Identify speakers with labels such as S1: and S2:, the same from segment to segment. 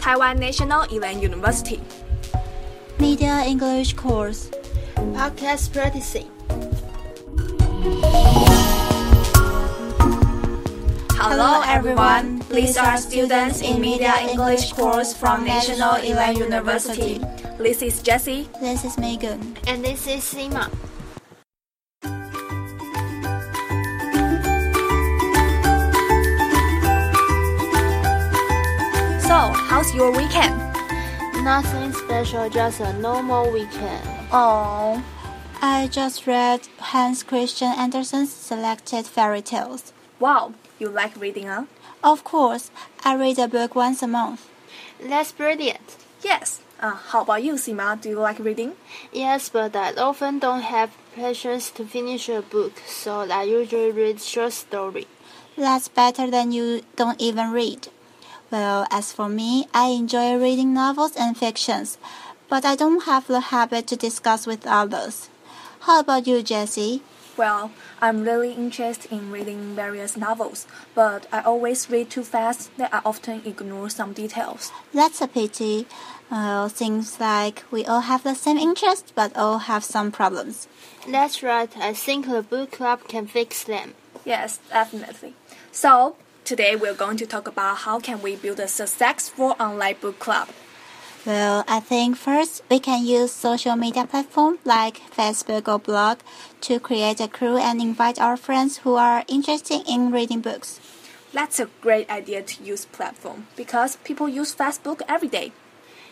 S1: Taiwan National Elan University.
S2: Media English course.
S3: Podcast practicing.
S1: ，Hello everyone. These are students in Media English course from National Elan University. This is Jessie.
S2: This is Megan.
S3: And this is Sima.
S1: So, how's your weekend?
S3: Nothing special, just a normal weekend.
S1: Oh,
S2: I just read Hans Christian Andersen's selected fairy tales.
S1: wow. You like reading, huh?
S2: Of course, I read a book once a month.
S3: That's brilliant.
S1: Yes. Uh, how about you, Sima? Do you like reading?
S3: Yes, but I often don't have patience to finish a book, so I usually read short story.
S2: That's better than you don't even read. Well, as for me, I enjoy reading novels and fictions, but I don't have the habit to discuss with others. How about you, Jessie?
S1: Well, I'm really interested in reading various novels, but I always read too fast that I often ignore some details.
S2: That's a pity. Well, seems uh, like we all have the same interest, but all have some problems.
S3: That's right, I think the book club can fix them.
S1: Yes, definitely. So, today we're going to talk about how can we build a successful online book club.
S2: Well, I think first we can use social media platforms like Facebook or blog to create a crew and invite our friends who are interested in reading books.
S1: That's a great idea to use platform because people use Facebook every day.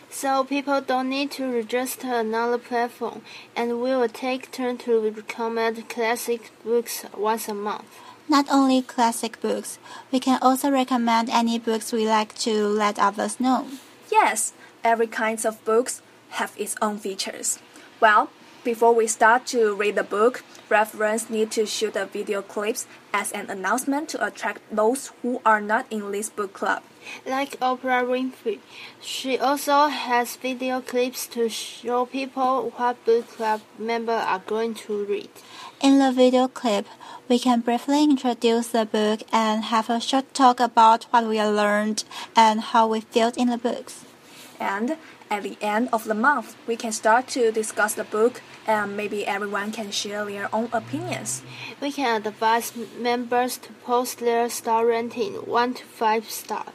S3: So people don't need to register another platform, and we will take turn to recommend classic books once a month.
S2: Not only classic books, we can also recommend any books we like to let others know.
S1: Yes, every kind of books have its own features. Well, before we start to read the book, reference need to shoot a video clips as an announcement to attract those who are not in this book club.
S3: Like Oprah Winfrey, she also has video clips to show people what book club members are going to read.
S2: In the video clip, we can briefly introduce the book and have a short talk about what we learned and how we felt in the books.
S1: And at the end of the month, we can start to discuss the book and maybe everyone can share their own opinions.
S3: We can advise members to post their star rating 1 to 5 star.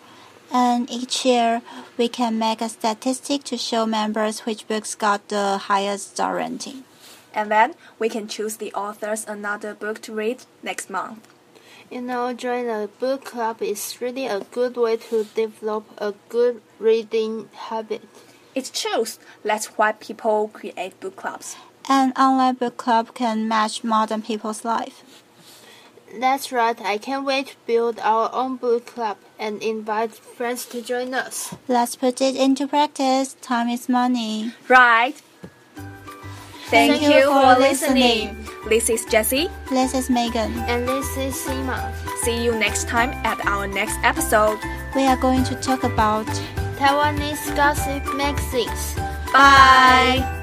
S2: And each year, we can make a statistic to show members which books got the highest star rating.
S1: And then we can choose the authors another book to read next month.
S3: You know, joining a book club is really a good way to develop a good reading habit.
S1: It's true. That's why people create book clubs.
S2: An online book club can match modern people's life.
S3: That's right, I can't wait to build our own book club and invite friends to join us.
S2: Let's put it into practice. Time is money.
S1: Right. Thank,
S2: Thank you
S1: you
S2: for
S1: for listening. This is Jessie.
S2: This is Megan.
S3: And this is Sima,
S1: See you next time at our next episode.
S2: We are going to talk about
S3: Taiwanese gossip magazines.
S1: Bye.